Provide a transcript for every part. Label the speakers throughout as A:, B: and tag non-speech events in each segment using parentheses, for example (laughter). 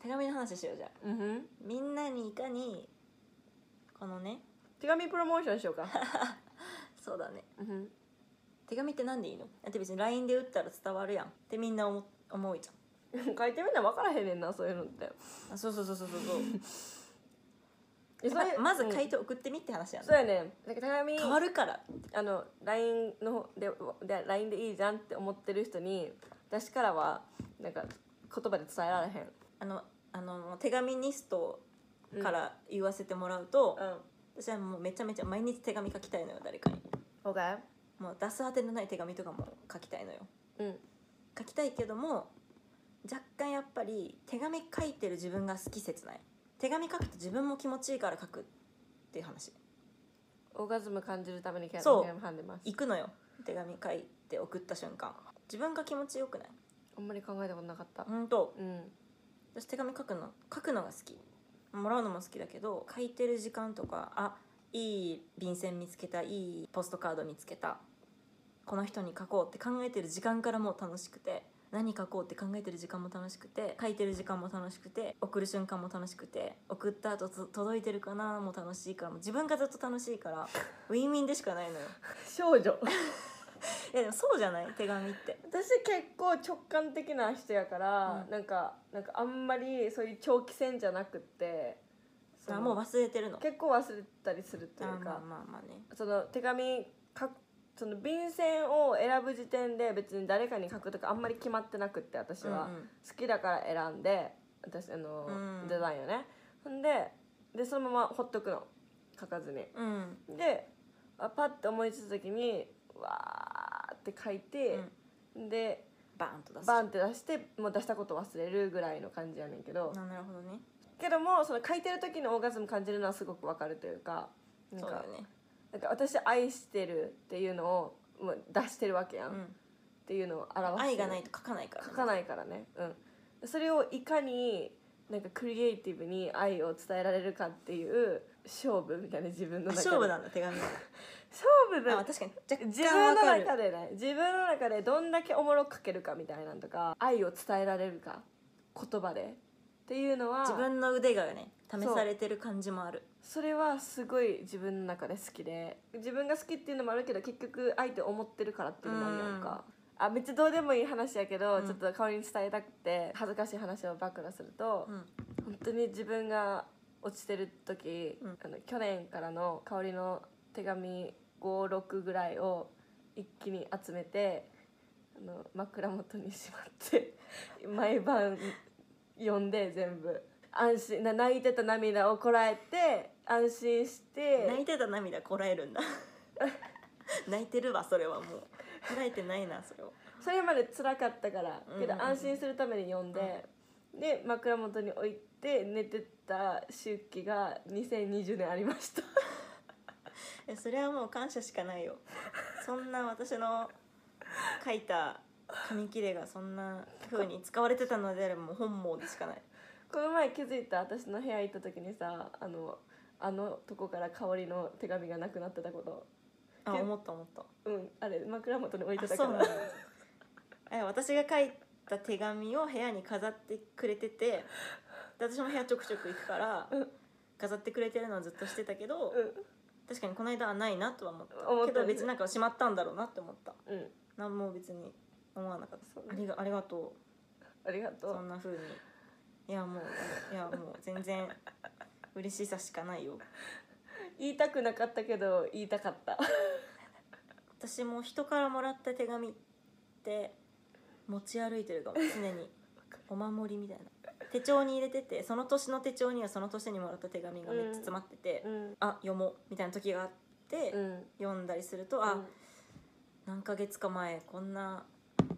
A: 手紙の話しようじゃあ
B: うんふん
A: みんなにいかにこのね
B: 手紙プロモーションしようか (laughs)
A: そうだね
B: うんふん
A: 手紙ってなんでいいのだって別に LINE で打ったら伝わるやんってみんな思思うじ
B: 書いてみんな分からへんねんなそういうのって
A: ゃんあそうそうそうそうそう
B: え
A: そ
B: そういう
A: ままず
B: うん
A: 回答送ってみって話やん
B: そうやねなんか手紙
A: 変わるから
B: あの LINE の方でで LINE でいいじゃんって思ってる人に私からはなんか言葉で伝えられへん
A: あのあの手紙ニストから言わせてもらうと、
B: う
A: 私はもうめちゃめちゃ毎日手紙書きたいのよ誰かに
B: ん OK
A: もう出す当てのない手紙とかも書きたいのよ
B: うん
A: 書きたいけども若干やっぱり手紙書いてる自分が好き切ない手紙書くと自分も気持ちいいから書くっていう話
B: オーガズム感じるためにキャ
A: そう
B: ラハンでます
A: 行くのよ手紙書いて送った瞬間自分が気持ちよくない
B: あんまり考えたことなかった
A: 本当
B: うん
A: 私手紙書くの書くのが好きもらうのも好きだけど書いてる時間とかあいい便箋見つけたいいポストカード見つけたこの人に書こうって考えてる時間からもう楽しくて何書こうって考えてる時間も楽しくて書いてる時間も楽しくて送る瞬間も楽しくて送った後つ届いてるかなも楽しいからもう自分がずっと楽しい
B: (laughs)
A: からウィンウィンでしかないのよ
B: 少女
A: いやでもそうじゃない手紙って
B: 私結構直感的な人やから、
A: うん
B: なんかなんかあんまりそういう長期戦じゃなくってそ
A: あ
B: の
A: もう忘れてるの
B: 結構忘れたりすると
A: あ
B: い
A: ま
B: う
A: あ
B: か、
A: まあまあね
B: その手紙かその便箋を選ぶ時点で別に誰かに書くとかあんまり決まってなくって私は、
A: うんうん
B: 好きだから選んで私あの、
A: うん
B: デザインよねほんででそのままほっとくの書かずに
A: うん
B: であパッて思いついた時にわーって書いて、で
A: バーンと出す
B: バンって出してもう出したこと忘れるぐらいの感じやねんけど、
A: あなるほどね
B: けどもその書いてる時のオーガズム感じるのはすごくわかるというかなん
A: そうだ
B: か
A: よね
B: なんか私愛してるっていうのをもう出してるわけやん、
A: う
B: っ
A: ん
B: ていうのを表してる
A: 愛がないと書かないからね
B: 書かないからね、うん、それをいかになんかクリエイティブに愛を伝えられるかっていう勝負みたいな自分の中で
A: 勝負なんだ手紙は
B: 勝負
A: あ
B: だ
A: 確かに若
B: 自
A: 干
B: 分
A: わ
B: の
A: かる
B: 中でね自分の中でどんだけおもろく書けるかみたいなんとか愛を伝えられるか言葉でっていうのは
A: 自分の腕がね試されてる感じもある
B: それはすごい自分の中で好きで自分が好きっていうのもあるけど結局相手思ってるからっていうのもあるやんか、あめっちゃどうでもいい話やけど、
A: うん
B: ちょっと代わりに伝えたくて恥ずかしい話を暴露すると、
A: うん
B: 本当に自分が落ちてる時、
A: うん
B: あの去年からの香りの手紙56ぐらいを一気に集めてあの枕元にしまって (laughs) 毎晩読んで全部安心な泣いてた涙をこらえて安心して
A: 泣いてた涙こらえる (laughs) んだ泣いてるわそれはもうこらえてないなそれを
B: それまで辛かったから
A: うんうんう
B: け
A: ん
B: ど安心するために読んで、で枕元に置いて寝てた周期が2020年ありました。
A: えそれはもう感謝しかないよそんな私の書いた紙切れがそんな風に使われてたのであればもう本望でしかない
B: この前気づいた私の部屋行った時にさあのあのとこから香りの手紙がなくなってたこと
A: あ
B: け
A: 思った思った
B: うんあれ枕元に置いてた
A: あ
B: か
A: そうな
B: ら
A: んだえ私が書いた手紙を部屋に飾ってくれててで私も部屋ちょくちょく行くから
B: うん
A: 飾ってくれてるのはずっとしてたけど、確かにこの間はないなとは思った
B: 思ったね
A: けど別になんかしまったんだろうなって思った
B: うん、うん、
A: 何も別に思わなかった
B: そうね
A: ありがありがと
B: ありが
A: う
B: と
A: そ
B: うん
A: な風にいやもういやもう全然嬉しさしかないよ
B: 言いたくなかったけど言いたかった
A: 私も人からもらった手紙って持ち歩いてるかも常
B: (laughs)
A: にお守りみたいな手帳に入れててその年の手帳にはその年にもらった手紙がめっちゃ詰まってて、
B: うん
A: あ読もうみたいな時があって、
B: うん
A: 読んだりすると、あ何ヶ月か前こんな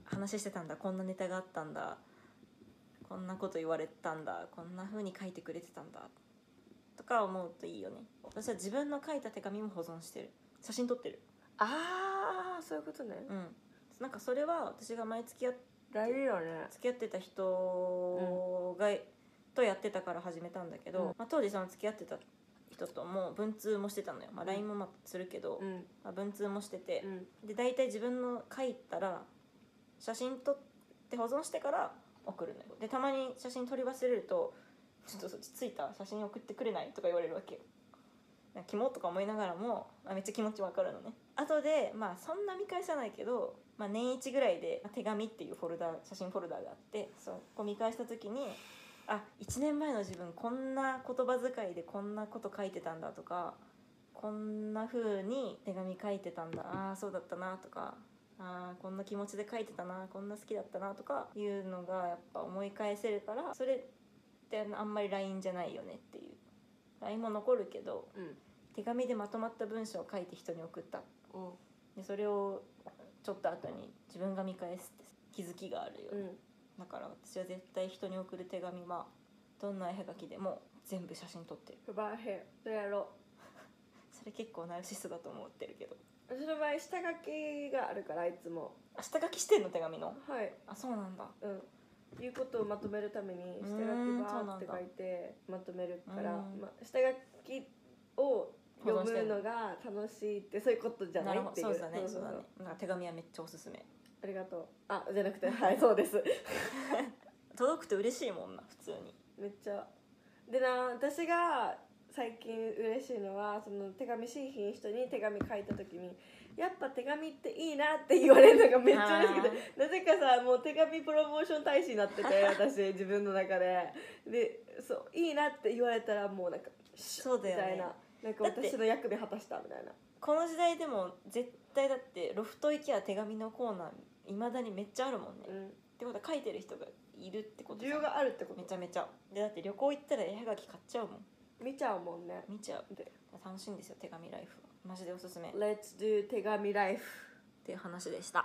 A: 話してたんだこんなネタがあったんだこんなこと言われたんだこんな風に書いてくれてたんだとか思うといいよね私は自分の書いた手紙も保存してる写真撮ってる
B: ああそういうことね
A: うんなんかそれは私が前付き合っ
B: ライブよね
A: 付き合ってた人が、とやってたから始めたんだけど、
B: うん
A: まあ、当時その付き合ってた人とも文通もしてたのよ、まあ、LINE もまあするけど、
B: うん
A: まあ、文通もしてて
B: う、ん
A: で大体自分の書いたら写真撮って保存してから送るのよでたまに写真撮り忘れると「ちょっとそっち着いた写真送ってくれない?」とか言われるわけよなんかキモとか思いながらも、まあ、めっちゃ気持ちわかるのね後でまあそんな見返さないけど、まあ、年一ぐらいで、まあ手紙っていうフォルダ写真フォルダがあってそうこう見返した時にあ1年前の自分こんな言葉遣いでこんなこと書いてたんだとかこんな風に手紙書いてたんだああそうだったなとかあーこんな気持ちで書いてたなこんな好きだったなとかいうのがやっぱ思い返せるからそれってあんまり LINE じゃないよねっていう LINE も残るけど
B: うん
A: 手紙でまとまった文章を書いて人に送った
B: うん
A: でそれをちょっと後に自分が見返すって気づきがあるよ、
B: うん
A: だから私は絶対人に送る手紙はどんな絵はがきでも全部写真撮ってる
B: 不バーヘそれやろ
A: それ結構ナルシストだと思ってるけど
B: う私の場合下書きがあるからいつも
A: あ下書きしてんの手紙の
B: はい
A: あそうなんだ
B: うん言うことをまとめるために
A: うー
B: 下
A: ん
B: 書き
A: そう
B: バー
A: な
B: っ
A: ん
B: て
A: だ
B: 書いてまとめるから、
A: うん
B: ま、下書きを読むのが楽しいってそういうことじゃ
A: な
B: な
A: いる
B: っ
A: ほ
B: て
A: ど
B: いう
A: そうだね
B: そ
A: そうう
B: そ
A: だ
B: う
A: ねなんか手紙はめっちゃおすすめ
B: ありがとうあじゃなくてはいそうです
A: 届くと嬉しいもんな普通に
B: めっちゃでな私が最近嬉しいのはその手紙しひん人に手紙書いた時にやっぱ手紙っていいなって言われるのがめっちゃ嬉しくてなぜかさもう手紙プロモーション大使になって
A: (laughs)
B: て私自分の中ででそういいなって言われたらもうなんかシュッ
A: そうだよね
B: みたいななんか
A: だって
B: 私の役目果たしたみたいな
A: この時代でも絶対だってロフト行きゃ手紙のコーナーいまだにめっちゃあるもんね、
B: う
A: ってことは書いてる人がいるってこ
B: ん
A: と
B: 需
A: さ
B: 要があるってこ
A: め
B: と
A: ちゃめちゃでだって旅行行ったら絵はがき買っちゃうもん
B: 見ちゃうもんね
A: 見ちゃう
B: で
A: 楽しいんですよ手紙ライフはマジでおすすめっ
B: Let's do 手紙ライフ
A: ていう話でした